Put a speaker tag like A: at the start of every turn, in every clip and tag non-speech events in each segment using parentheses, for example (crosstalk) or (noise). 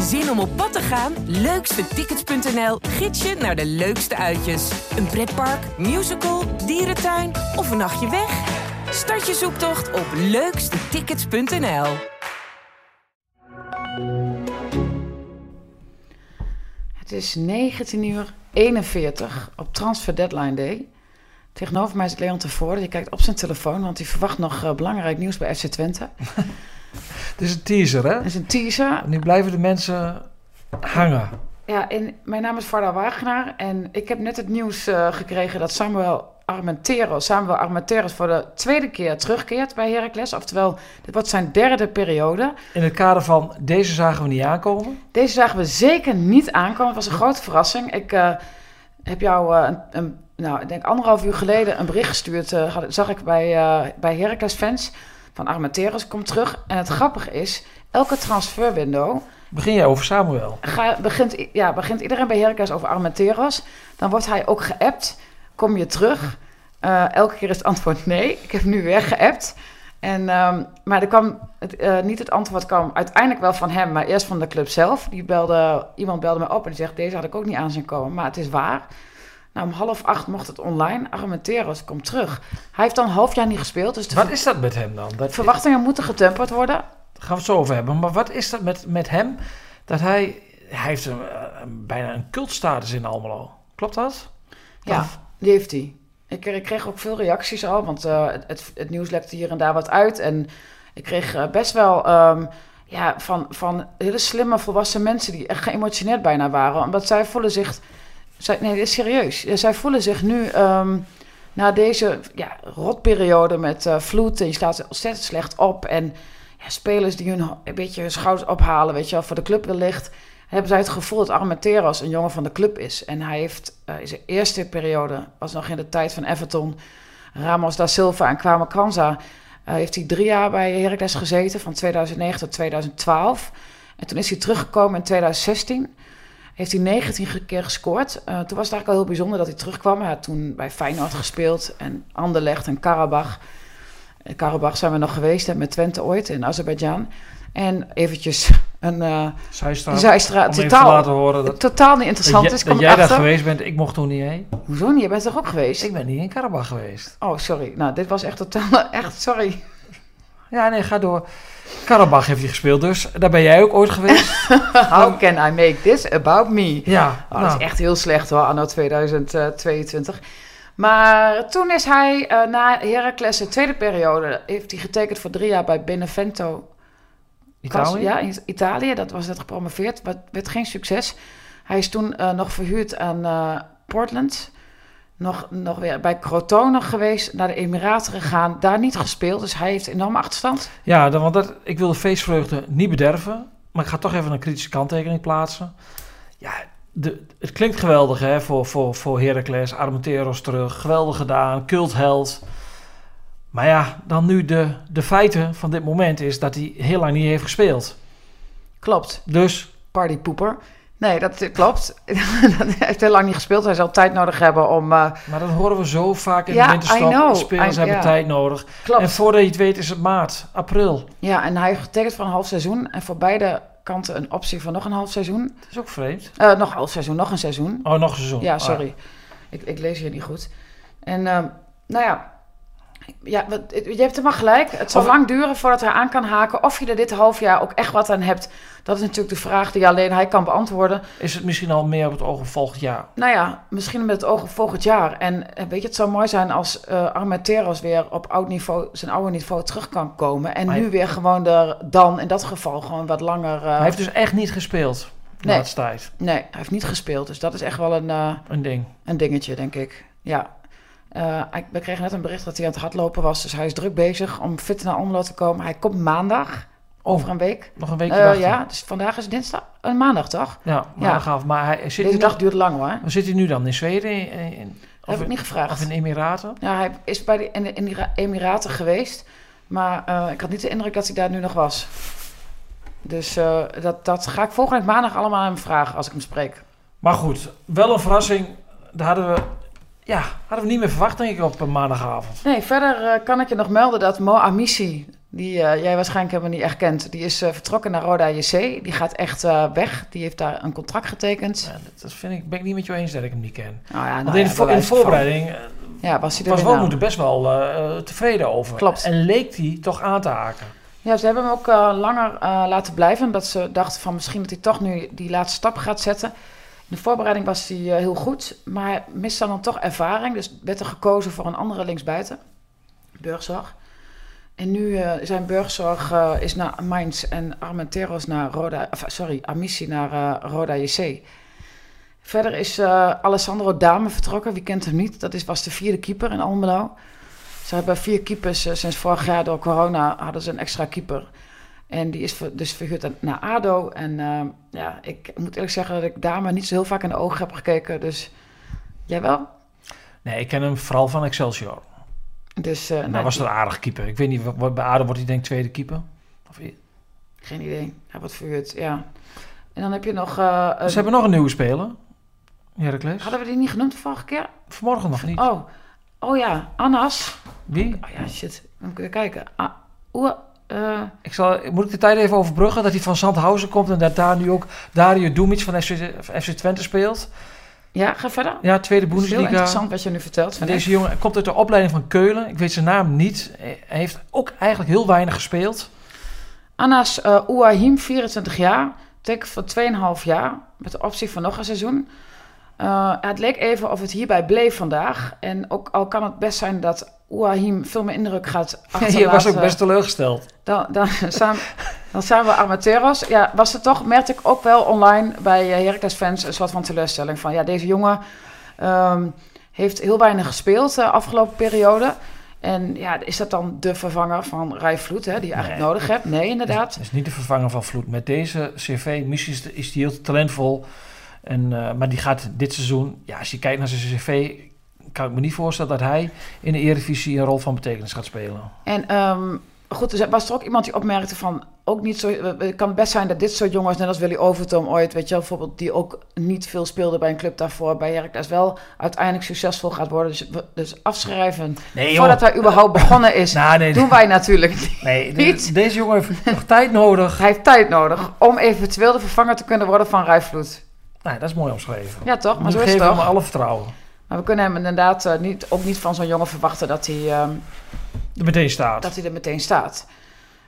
A: Zin om op pad te gaan? Leukstetickets.nl gids je naar de leukste uitjes. Een pretpark, musical, dierentuin of een nachtje weg? Start je zoektocht op leukstetickets.nl.
B: Het is 19 uur 41 op Transfer Deadline Day. Tegenover mij zit Leon Tevoren. Die kijkt op zijn telefoon, want hij verwacht nog eh, belangrijk nieuws bij FC Twente.
C: Het is een teaser, hè?
B: Dat is een teaser.
C: Nu blijven de mensen hangen.
B: Ja, en mijn naam is Varda Wagenaar en ik heb net het nieuws eh, gekregen dat Samuel Armenteros, Samuel Armenteros voor de tweede keer terugkeert bij Heracles. Oftewel, dit wordt zijn derde periode.
C: In het kader van deze zagen we niet aankomen.
B: Deze zagen we zeker niet aankomen. Het was een grote verrassing. Ik eh, heb jou eh, een, een- nou, ik denk anderhalf uur geleden een bericht gestuurd. eh, had- zag ik bij, eh bij Heracles fans van Armenteros komt terug. En het grappige is, elke transferwindow
C: Begin jij over Samuel?
B: ga, begint, i- ja, begint iedereen bij Heracles over Armenteros. Dan wordt hij ook geappt. Kom je terug? Eh, elke keer is het antwoord nee. Ik heb nu weer geappt. En, ehm, maar er kwam het, eh, niet het antwoord kwam uiteindelijk wel van hem, maar eerst van de club zelf. Die belde, iemand belde me op en die zegt, deze had ik ook niet aan zien komen. Maar het is waar. Nou, om half acht mocht het online. Armenteros komt terug. Hij heeft dan een half jaar niet gespeeld, dus de
C: Wat
B: ver-
C: is dat met hem dan? Dat, daar
B: verwachtingen moeten getemperd worden.
C: gaan we het zo over hebben. Maar wat is dat met, met hem? Dat hij... Hij heeft een, eh, een- bijna een cultstatus in Almelo. Klopt dat?
B: Ja,
C: Of-
B: die heeft hij. Ik, ik kreeg ook veel reacties al, want eh, het, het, het nieuws lekte hier en daar wat uit. En ik kreeg eh, best wel ehm, ja, van, van hele slimme volwassen mensen die echt geëmotioneerd bijna waren. Omdat zij voelen zich... Zij, nee, dit is serieus. Ja, zij voelen zich nu ehm, na deze ja, rotperiode met eh vloed... en je staat er ontzettend slecht op... en ja, spelers die hun ho- een beetje hun schouders ophalen, weet je wel, voor de club wellicht hebben zij het gevoel dat Armenteros een jongen van de club is. En hij heeft eh, in zijn eerste periode, was nog in de tijd van Everton, Ramos da Silva en Kwame Kwanza, eh, heeft hij drie jaar bij Heracles gezeten, van 2009 tot 2012. En toen is hij teruggekomen in 2016. Heeft hij 19 ge- keer gescoord. Eh, toen was het eigenlijk al heel bijzonder dat hij terugkwam. Hij had toen bij Feyenoord gespeeld en Anderlecht en Karabach. In Karabach zijn we nog geweest hè, met Twente ooit in Azerbeidzjan. En eventjes een... eh,
C: Zijstraat.
B: Zijstraat,
C: Om even
B: totaal.
C: te laten horen dat,
B: totaal niet interessant
C: dat,
B: is.
C: jij-
B: Kom
C: dat jij daar
B: erachter.
C: geweest bent. Ik mocht toen niet heen.
B: Hoezo niet? Je bent toch ook geweest?
C: Ik ben niet in Karabach geweest.
B: Oh, sorry. Nou, dit was echt totaal... (laughs) Echt, sorry.
C: Ja, nee, ga door. Karabach heeft hij gespeeld dus. Daar ben jij ook ooit geweest.
B: How can I make this about me?
C: ja.
B: Oh,
C: nou.
B: dat is echt heel slecht hoor, anno 2022. Maar toen is hij eh, na Heracles' zijn tweede periode... heeft hij getekend voor drie jaar bij Benevento
C: Italië?
B: Kas- Ja, in Italië. Dat was net gepromoveerd. Wat werd geen succes. Hij is toen eh, nog verhuurd aan eh, Portland. Nog, nog weer bij Crotone geweest. Naar de Emiraten gegaan. Daar niet gespeeld. Dus hij heeft enorme achterstand.
C: Ja, dan, want dat, ik wil de feestvreugde niet bederven. Maar ik ga toch even een kritische kanttekening plaatsen. Ja, de, het klinkt geweldig hè, voor, voor, voor Heracles, Armenteros terug. Geweldig gedaan, cultheld. Maar ja, dan nu de, de feiten van dit moment is dat hij heel lang niet heeft gespeeld.
B: Klopt.
C: Dus
B: Partypoeper. Nee, dat eh, klopt. (laughs) dat heeft heel lang niet gespeeld. Hij zal tijd nodig hebben om... eh,
C: maar dat horen we zo vaak in
B: Ja,
C: de
B: I know.
C: winterstop. Spelers
B: I-
C: hebben
B: ja.
C: tijd nodig.
B: klopt.
C: En voordat je het weet is het maart, april.
B: Ja, en hij heeft getekend voor een half seizoen. En voor beide kanten een optie voor nog een half seizoen.
C: Dat is ook vreemd.
B: Eh, nog een half seizoen, nog een seizoen.
C: Oh, nog een seizoen.
B: Ja,
C: Ah,
B: sorry. Ik, ik lees hier niet goed. En ehm, nou ja, ja wat, je hebt helemaal gelijk. Het zal
C: Of-
B: lang duren voordat hij aan kan haken. Of je er dit half jaar ook echt wat aan hebt. Dat is natuurlijk de vraag die alleen hij kan beantwoorden.
C: Is het misschien al meer op het oog op volgend jaar?
B: Nou ja, misschien met het oog op volgend jaar. En eh, weet je, het zou mooi zijn als eh Armenteros weer op oud niveau, zijn oude niveau terug kan komen. En
C: Maar-
B: nu weer gewoon er dan in dat geval gewoon wat langer. eh,
C: Hij heeft dus echt niet gespeeld. de
B: Nee.
C: Laatste tijd.
B: Nee, hij heeft niet gespeeld. Dus dat is echt wel een. eh,
C: Een ding.
B: Een dingetje, denk ik. Ja. Eh, ik- we kregen net een bericht dat hij aan het hardlopen was. Dus hij is druk bezig om fit naar Almelo te komen. Hij komt maandag, over
C: Over
B: een week.
C: nog een weekje
B: Eh,
C: wachten. Ja,
B: ja, dus vandaag is dinsdag. Een maandag, toch?
C: maandagavond. Maar hij, zit,
B: Deze
C: hij
B: dag
C: nu,
B: duurt lang, hoor.
C: waar zit hij nu dan? In Zweden? In, in-
B: heb
C: of,
B: ik
C: in,
B: niet
C: of
B: gevraagd.
C: in Emiraten?
B: Ja, hij is bij de, in de Emira- Emiraten geweest. Maar eh, ik had niet de indruk dat hij daar nu nog was. Dus eh, dat, dat ga ik volgende week maandag allemaal aan hem vragen als ik hem spreek.
C: Maar goed, wel een verrassing. Daar hadden we, ja, hadden we niet meer verwacht, denk ik, op een maandagavond.
B: Nee, verder eh, kan ik je nog melden dat Mo Amissi Die eh, jij waarschijnlijk helemaal niet echt kent. Die is eh, vertrokken naar Roda JC. Die gaat echt eh, weg. Die heeft daar een contract getekend.
C: Ja, dat- dat vind ik, ben ik niet met jou eens dat ik hem niet ken.
B: Nou ja, nou
C: Want in,
B: ja,
C: de vo- in de
B: bewijs van.
C: voorbereiding eh,
B: Ja, was hij er
C: was
B: weer
C: Woonhoed
B: nou.
C: er best wel eh, eh, tevreden over.
B: Klopt.
C: En leek hij toch aan te haken.
B: Ja, ze hebben hem ook eh, langer eh, laten blijven. Omdat ze dachten van misschien dat hij toch nu die laatste stap gaat zetten. In de voorbereiding was hij eh, heel goed. Maar hij miste dan toch ervaring. Dus werd er gekozen voor een andere linksbuiten. Burgzorg. En nu eh, zijn Burgzorg eh, is naar Mainz en Armenteros naar Roda... of, sorry, Amissi naar eh, Roda JC. Verder is eh, Alessandro Dame vertrokken. Wie kent hem niet? Dat is, was de vierde keeper in Almelo. Ze hebben vier keepers. eh, sinds vorig jaar door corona hadden ze een extra keeper. En die is ver- dus verhuurd aan- naar ADO. En eh, ja, ik moet eerlijk zeggen dat ik Dame niet zo heel vaak in de ogen heb gekeken. Dus jij wel?
C: Nee, ik ken hem vooral van Excelsior.
B: Dus eh,
C: En
B: nou,
C: daar was er een aardig keeper. Ik weet niet, wat- wat- bij Aden wordt hij denk ik tweede keeper. Of, i-
B: geen idee. Hij wordt verhuurd, ja. En dan heb je nog... eh, eh,
C: ze hebben nog een nieuwe speler. Heracles.
B: Hadden we die niet genoemd de vorige keer?
C: Vanmorgen nog niet.
B: Oh, oh ja, Annas.
C: Wie?
B: Oh ja, shit. Dan moet ik even kijken. Ah, oeh, eh,
C: Ik zal, moet ik de tijd even overbruggen dat hij van Sandhausen komt en dat daar nu ook Dario Dumic van FC, FC Twente speelt?
B: ja, ga verder.
C: Ja, tweede
B: Het is heel
C: Bundesliga.
B: interessant wat je nu vertelt.
C: En
B: vind ik.
C: deze jongen komt uit de opleiding van Keulen. Ik weet zijn naam niet. Hij heeft ook eigenlijk heel weinig gespeeld.
B: Annas eh Ouahim, 24 jaar, teken voor 2,5 jaar, met de optie van nog een seizoen. Eh, het leek even of het hierbij bleef vandaag. En ook al kan het best zijn dat Ouahim veel meer indruk gaat achterlaten.
C: (laughs) Je was ook best teleurgesteld.
B: Dan, dan, (laughs) zijn, dan zijn we amateurs. Ja, was het toch, merkte ik ook wel online bij eh, Heracles fans een soort van teleurstelling. Van ja, deze jongen ehm, heeft heel weinig gespeeld de afgelopen periode. En ja, is dat dan de vervanger van Rai Vloed, hè, die je eigenlijk
C: Nee.
B: nodig hebt? Nee,
C: (laughs)
B: inderdaad.
C: Dat is niet de vervanger van Vloed. Met deze CV, misschien is- is hij heel talentvol. En, eh, maar die gaat dit seizoen, ja, als je kijkt naar zijn CV, kan ik me niet voorstellen dat hij in de Eredivisie een rol van betekenis gaat spelen.
B: En ehm, goed, dus er was er ook iemand die opmerkte van... ook niet zo, het kan best zijn dat dit soort jongens, net als Willy Overtoom ooit... weet je wel, bijvoorbeeld, die ook niet veel speelde bij een club daarvoor... bij Heracles wel uiteindelijk succesvol gaat worden. Dus, we- dus afschrijven
C: Nee,
B: voordat hij überhaupt begonnen is...
C: Nou, nee,
B: doen wij natuurlijk niet.
C: nee, de-
B: niet.
C: deze jongen heeft nog tijd nodig.
B: Hij heeft tijd nodig om eventueel de vervanger te kunnen worden van Rijvloed.
C: Nou, dat is mooi omschreven.
B: Ja, toch? Maar
C: We
B: zo is
C: geven
B: het
C: hem
B: toch?
C: alle vertrouwen.
B: Maar we kunnen hem inderdaad eh, niet, ook niet van zo'n jongen verwachten... dat hij ehm,
C: Er meteen staat.
B: dat hij er meteen staat.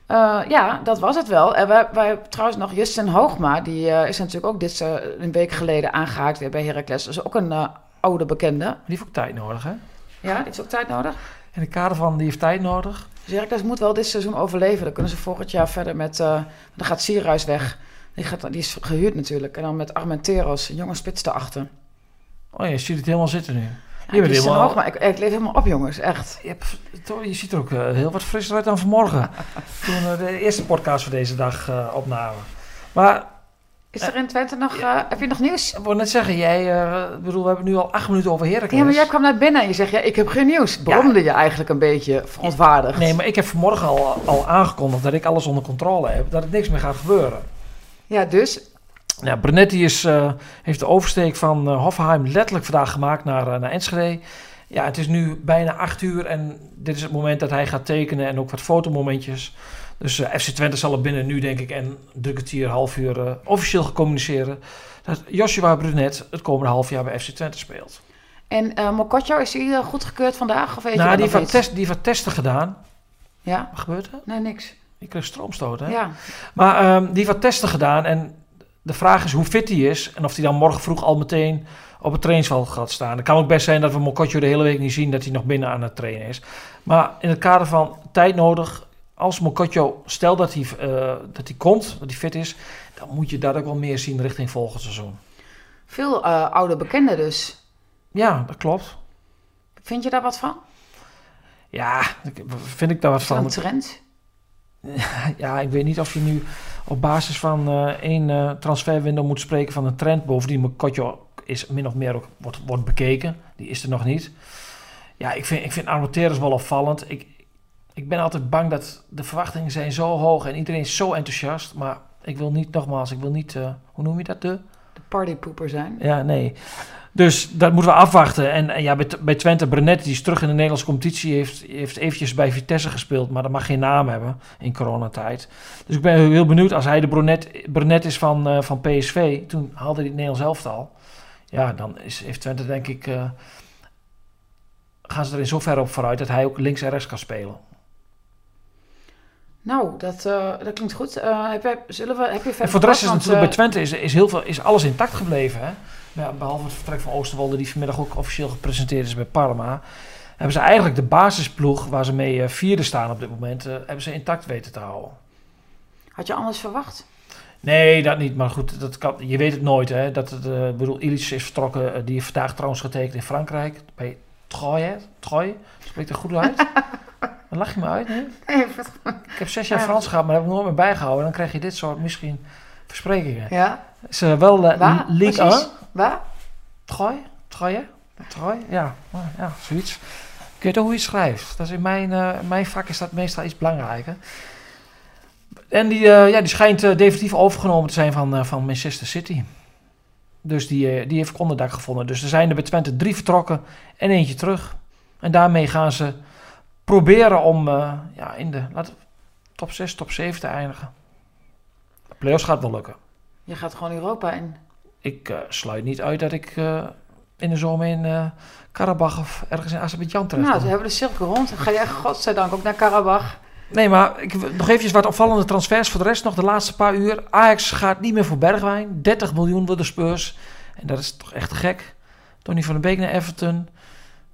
B: Eh, ja, dat was het wel. En wij, wij hebben trouwens nog Justin Hoogma, die eh, is natuurlijk ook dit, eh, een week geleden aangehaakt weer bij Heracles. Dat is ook een eh, oude bekende.
C: Die heeft ook tijd nodig, hè?
B: Ja, die is ook tijd nodig.
C: In het kader van, die heeft tijd nodig.
B: Dus Heracles moet wel dit seizoen overleven. Dan kunnen ze volgend jaar verder met, eh, dan gaat Sierhuis weg. Die, gaat, dan- die is gehuurd natuurlijk. En dan met Armenteros, een jonge spits daarachter.
C: Oh, je ziet het helemaal zitten nu.
B: Ja,
C: bent
B: Justin
C: helemaal-
B: Hoogma, ik, ik leef helemaal op jongens, echt.
C: Je, hebt, toch, je ziet er ook eh, heel wat frisser uit dan vanmorgen. Toen we de eerste podcast van deze dag eh, opnamen. Maar
B: Is er in Twente nog, eh, heb je nog nieuws?
C: ik wil net zeggen, jij, eh, ik bedoel, we hebben nu al acht minuten over Heracles.
B: Ja, maar jij kwam naar binnen en je zegt, ja, ik heb geen nieuws. Bromde je eigenlijk een beetje verontwaardigd?
C: Nee, maar ik heb vanmorgen al, al aangekondigd dat ik alles onder controle heb. Dat er niks meer gaat gebeuren.
B: Ja, dus
C: Ja, Brunetti is, eh, heeft de oversteek van eh, Hoffenheim letterlijk vandaag gemaakt naar, eh, naar Enschede. Ja, het is nu bijna acht uur en dit is het moment dat hij gaat tekenen en ook wat fotomomentjes. Dus eh, FC Twente zal er binnen nu, denk ik, en drie kwartier, half uur eh, officieel gecommuniceren dat Joshua Brunet het komende half jaar bij FC Twente speelt.
B: En eh Mokotjo, is die eh, goedgekeurd vandaag? Of weet
C: nou,
B: je
C: die heeft,
B: dat
C: wat test, die heeft wat testen gedaan.
B: Ja?
C: Wat gebeurt er?
B: Nee, niks.
C: Ik kreeg stroomstoot, hè?
B: Ja.
C: Maar ehm, die heeft wat testen gedaan en de vraag is hoe fit hij is en of hij dan morgen vroeg al meteen op het trainingsveld gaat staan. Het kan ook best zijn dat we Mokotjo de hele week niet zien dat hij nog binnen aan het trainen is. Maar in het kader van tijd nodig, als Mokotjo, stel dat hij, eh, dat hij komt, dat hij fit is, dan moet je daar ook wel meer zien richting volgend seizoen.
B: Veel eh, oude bekenden dus.
C: Ja, dat klopt.
B: Vind je daar wat van?
C: Ja, ik- vind ik daar wat
B: Is dat
C: van.
B: een trend?
C: Ja, ik weet niet of je nu op basis van eh, één eh, transferwindow moet spreken van een trend. Bovendien, Mokotjo is min of meer ook wordt, wordt bekeken. Die is er nog niet. Ja, ik vind, ik vind Armenteros wel opvallend. Ik, ik ben altijd bang dat de verwachtingen zijn zo hoog en iedereen is zo enthousiast. Maar ik wil niet, nogmaals, ik wil niet, eh, hoe noem je dat? De?
B: De partypoeper zijn.
C: Ja, nee. Dus dat moeten we afwachten. En, en ja, bij, T- bij Twente, Brenet, die is terug in de Nederlandse competitie, heeft, heeft eventjes bij Vitesse gespeeld, maar dat mag geen naam hebben in coronatijd. Dus ik ben heel benieuwd als hij de Brenet, Brenet is van, eh, van PSV, toen haalde hij het Nederlands elftal. Ja, dan is, heeft Twente denk ik, eh, gaan ze er in zoverre op vooruit dat hij ook links en rechts kan spelen.
B: Nou, dat, eh, dat klinkt goed. Eh, heb, jij- zullen we, heb je verder
C: En voor de rest is
B: verwacht?
C: natuurlijk bij
B: Want, eh,
C: Twente is, is, heel veel, is alles intact gebleven. Hè? Ja, behalve het vertrek van Oosterwolde, die vanmiddag ook officieel gepresenteerd is bij Parma. Hebben ze eigenlijk de basisploeg waar ze mee eh, vierde staan op dit moment, eh, hebben ze intact weten te houden.
B: eh, Had je anders verwacht?
C: Nee, dat niet. Maar goed, dat kan, je weet het nooit. Hè? Dat het, eh, ik bedoel, Illich is vertrokken. eh, die heeft vandaag trouwens getekend in Frankrijk. Bij Troyes. Troyes. Spreekt er goed uit.
B: (laughs)
C: Dan lach je me uit, hè? Ik heb zes jaar
B: Ja.
C: Frans gehad, maar daar heb ik nooit meer bijgehouden. Dan krijg je dit soort misschien versprekingen.
B: Ja,
C: Is eh, wel eh,
B: waar?
C: Ligue 1.
B: Precies. Waar?
C: Troy? Troje? Troy? Ja, nou ja, zoiets. Ik weet ook hoe je het schrijft. Dat is in mijn, eh, in mijn vak is dat meestal iets belangrijker. En die, eh, ja, die schijnt eh, definitief overgenomen te zijn van, eh, van Manchester City. Dus die, eh, die heeft onderdak gevonden. Dus er zijn er bij Twente drie vertrokken en eentje terug. En daarmee gaan ze proberen om eh, ja, in de laten we- top 6, top 7 te eindigen. De play-offs gaat wel lukken.
B: Je gaat gewoon Europa in.
C: Ik eh, sluit niet uit dat ik eh, in de zomer in eh Karabach of ergens in Azerbeidzjan terecht
B: Nou,
C: kom.
B: we hebben de cirkel rond. Dan ga jij godzijdank ook naar Karabach.
C: Nee, maar ik, nog eventjes wat opvallende transfers voor de rest nog de laatste paar uur. Ajax gaat niet meer voor Bergwijn. 30 miljoen voor de Spurs. En dat is toch echt gek. Donny van den Beek naar Everton.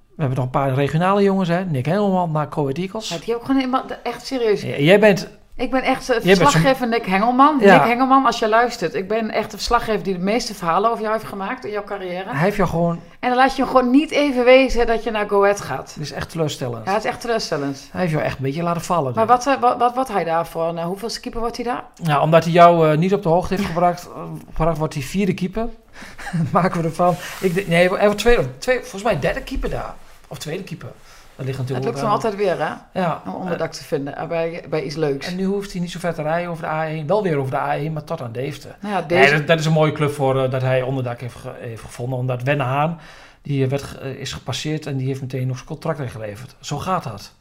C: We hebben nog een paar regionale jongens, hè. Nick Hengelman naar Coed Eagles.
B: Ja, die heb ik gewoon helemaal... Echt serieus.
C: Ja, Jij bent...
B: Ik ben echt de
C: bent zo'n-
B: verslaggever Nick Hengelman.
C: Ja.
B: Nick Hengelman, als je luistert. Ik ben echt de verslaggever die de meeste verhalen over jou heeft gemaakt in jouw carrière.
C: Hij heeft jou gewoon...
B: En dan laat je hem gewoon niet even wezen dat je naar Go Ahead gaat.
C: Het is echt teleurstellend.
B: Ja, het is echt teleurstellend.
C: Hij heeft jou echt een beetje laten vallen.
B: Maar wat, eh, wat, wat, wat hij daarvoor? Nou, hoeveel keeper wordt hij daar?
C: Nou, omdat hij jou eh, niet op de hoogte heeft gebracht, eh, gebracht wordt hij vierde keeper. (laughs) Maken we ervan. Ik denk, nee, hij wordt tweede, twee, volgens mij derde keeper daar. Of tweede keeper. Dat ligt
B: Het
C: natuurlijk
B: lukt
C: ook
B: hem
C: aan-
B: altijd weer, hè?
C: Ja.
B: Om onderdak te vinden eh, bij, bij iets leuks.
C: En nu hoeft hij niet zo ver te rijden over de A1. Wel weer over de A1, maar tot aan Deventer.
B: Nou ja,
C: Nee,
B: deze...
C: dat, dat is een mooie club voor eh, dat hij onderdak heeft, ge- heeft gevonden. Omdat Wenne Haan, die eh, werd, ge- eh, is gepasseerd en die heeft meteen nog zijn contract ingeleverd. Zo gaat dat.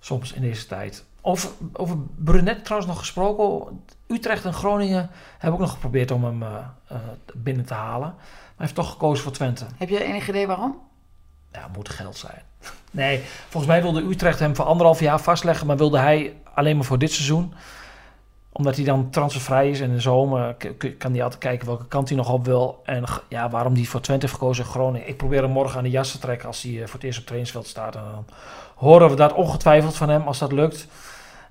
C: Soms in deze tijd. Over, over Brunet trouwens nog gesproken. Utrecht en Groningen hebben ook nog geprobeerd om hem eh, eh, binnen te halen. Maar hij heeft toch gekozen voor Twente.
B: Heb je enig idee waarom?
C: Ja, moet geld zijn. (laughs) Nee, volgens mij wilde Utrecht hem voor anderhalf jaar vastleggen, maar wilde hij alleen maar voor dit seizoen. Omdat hij dan transfervrij is en in de zomer k- k- kan hij altijd kijken welke kant hij nog op wil. En g- ja, waarom hij voor Twente heeft gekozen in Groningen. Ik probeer hem morgen aan de jas te trekken als hij eh, voor het eerst op trainingsveld staat. En dan horen we dat ongetwijfeld van hem als dat lukt.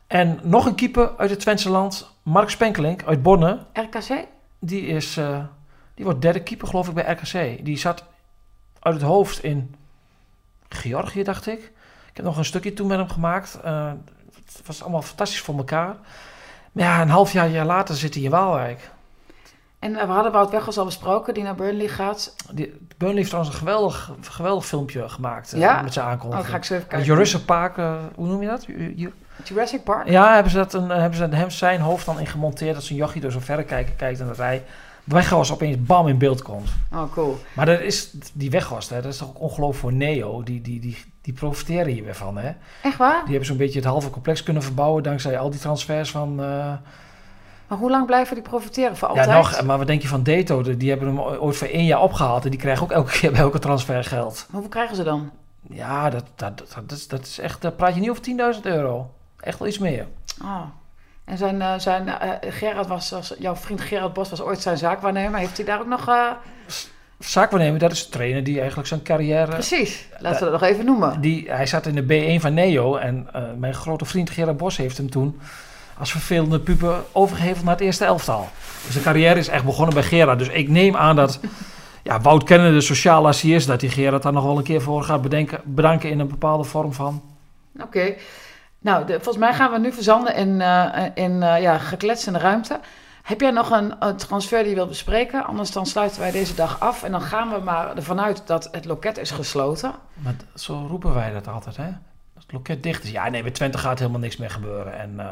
C: En nog een keeper uit het Twentse land, Mark Spenkelink uit Bonne.
B: RKC?
C: Die, is, eh, die wordt derde keeper, geloof ik, bij RKC. Die zat uit het hoofd in Georgië, dacht ik. Ik heb nog een stukje toen met hem gemaakt. Eh, het was allemaal fantastisch voor elkaar. Maar ja, een half jaar, jaar later zit hij in Waalwijk.
B: En eh, we hadden Wout Weghorst al besproken, die naar Burnley gaat.
C: Die, Burnley heeft trouwens een geweldig, geweldig filmpje gemaakt eh,
B: Ja?
C: met zijn
B: Oh, dat ga
C: aankondiging.
B: ik zo even
C: Oh,
B: kijken.
C: Jurassic Park, eh, hoe noem je dat? Ju- ju-
B: Jurassic Park?
C: Ja, hebben ze, dat een, hebben ze hem zijn hoofd dan in gemonteerd... dat zijn jochie door zo'n verrekijker kijkt... en dat hij Weghorst opeens bam in beeld komt.
B: Oh, cool.
C: Maar dat is, die wegwas, hè, dat is toch ook ongelooflijk voor Neo. Die, die, die, die profiteren hier weer van. Hè?
B: Echt waar?
C: Die hebben zo'n beetje het halve complex kunnen verbouwen dankzij al die transfers van. eh,
B: Maar hoe lang blijven die profiteren? Voor
C: ja,
B: altijd?
C: nog, maar wat denk je van Deto? De- Die hebben hem o- ooit voor één jaar opgehaald en die krijgen ook elke keer bij elke transfer geld.
B: Hoeveel krijgen ze dan?
C: Ja, dat, dat, dat, dat is, dat is echt. Daar praat je niet over 10.000 euro. Echt wel iets meer.
B: Ah. En zijn, eh, zijn eh, Gerard was, was- jouw vriend Gerard Bos was ooit zijn zaakwaarnemer. Heeft hij daar ook nog... eh,
C: Zaakwaarnemer, dat is de trainer die eigenlijk zijn carrière
B: precies, laten we dat nog even noemen.
C: Die, hij zat in de B1 van Neo en eh, mijn grote vriend Gerard Bos heeft hem toen als vervelende puber overgeheveld naar het eerste elftal. Dus zijn carrière is echt begonnen bij Gerard. Dus ik neem aan dat, ja, Wout kennende sociaal als hij is, dat die Gerard daar nog wel een keer voor gaat bedenken, bedanken in een bepaalde vorm van.
B: Oké. Nou, de- volgens mij gaan we nu verzanden in, eh, in eh, ja, gekletsende ruimte. Heb jij nog een, een transfer die je wilt bespreken? Anders dan sluiten wij deze dag af. En dan gaan we maar ervan uit dat het loket is gesloten.
C: Maar d- zo roepen wij dat altijd, hè? Dat het loket dicht is. Ja, nee, bij Twente gaat helemaal niks meer gebeuren. En eh,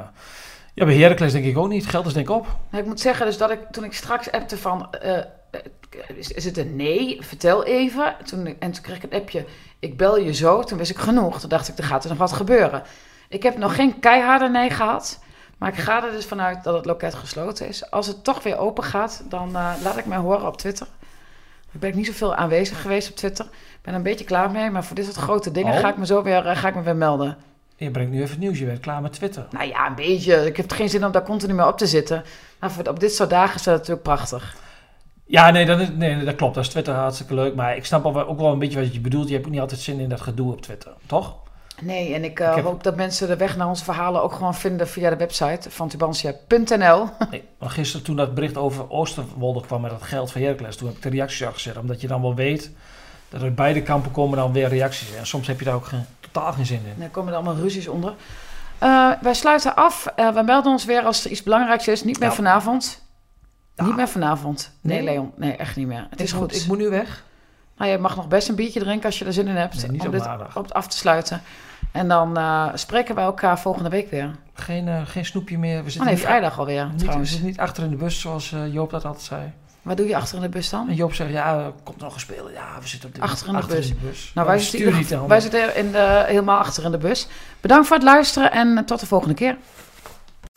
C: ja, bij Heracles denk ik ook niet. Geld is denk ik op.
B: Nou, ik moet zeggen dus dat ik toen ik straks appte van... eh, is, is het een nee? Vertel even. Toen, en toen kreeg ik een appje, ik bel je zo. Toen wist ik genoeg. Toen dacht ik, er gaat er nog wat gebeuren. Ik heb nog geen keiharde nee gehad. Maar ik ga er dus vanuit dat het loket gesloten is. Als het toch weer open gaat, dan eh, laat ik mij horen op Twitter. Ik ben ik niet zoveel aanwezig geweest op Twitter. Ik ben er een beetje klaar mee, maar voor dit soort grote dingen
C: Oh.
B: ga ik me zo weer, eh, ga ik me weer melden.
C: Je brengt nu even het nieuws. Je bent klaar met Twitter.
B: Nou ja, een beetje. Ik heb er geen zin om daar continu mee op te zitten. Maar voor, op dit soort dagen is dat natuurlijk prachtig.
C: Ja, nee, dat, is, nee, dat klopt. Dat is Twitter hartstikke leuk. Maar ik snap al wel- ook wel een beetje wat je bedoelt. Je hebt ook niet altijd zin in dat gedoe op Twitter, toch?
B: Nee, en ik, eh,
C: Ik heb-
B: hoop dat mensen de weg naar onze verhalen ook gewoon vinden via de website van tubantia.nl.
C: Nee, maar gisteren toen dat bericht over Oosterwolde kwam met dat geld van Heracles, toen heb ik de reacties afgezet. Omdat je dan wel weet dat uit beide kampen komen dan weer reacties. En soms heb je daar ook geen, totaal geen zin
B: (laughs)
C: in.
B: Daar komen er allemaal ruzies onder. Eh, wij sluiten af. Eh wij melden ons weer als er iets belangrijks is. Niet meer
C: Ja.
B: vanavond.
C: Ja.
B: Niet meer vanavond. Nee,
C: Nou. Nee?
B: Leon. Nee, echt niet meer. Het is
C: ik
B: goed.
C: Moet, ik moet nu weg.
B: Nou, je mag nog best een biertje drinken als je er zin in hebt.
C: Nee, niet
B: om
C: op
B: dit
C: maandag.
B: op af te sluiten. En dan eh, spreken wij elkaar volgende week weer.
C: Geen, eh, geen snoepje meer. We
B: Oh
C: zitten
B: nee,
C: niet-
B: vrijdag alweer
C: Niet, we
B: trouwens.
C: zitten niet achter in de bus zoals eh, Joop dat altijd zei.
B: Wat doe je achter in de bus dan?
C: En Joop zegt, ja, eh, komt er nog een speler? Ja, we zitten op de,
B: Achter in de bus. Nou,
C: Nou,
B: wij
C: wij
B: zitten,
C: stuur
B: in ieder
C: niet
B: geval-
C: dan.
B: wij zitten in de, helemaal achter in de bus. Bedankt voor het luisteren en eh, tot de volgende keer.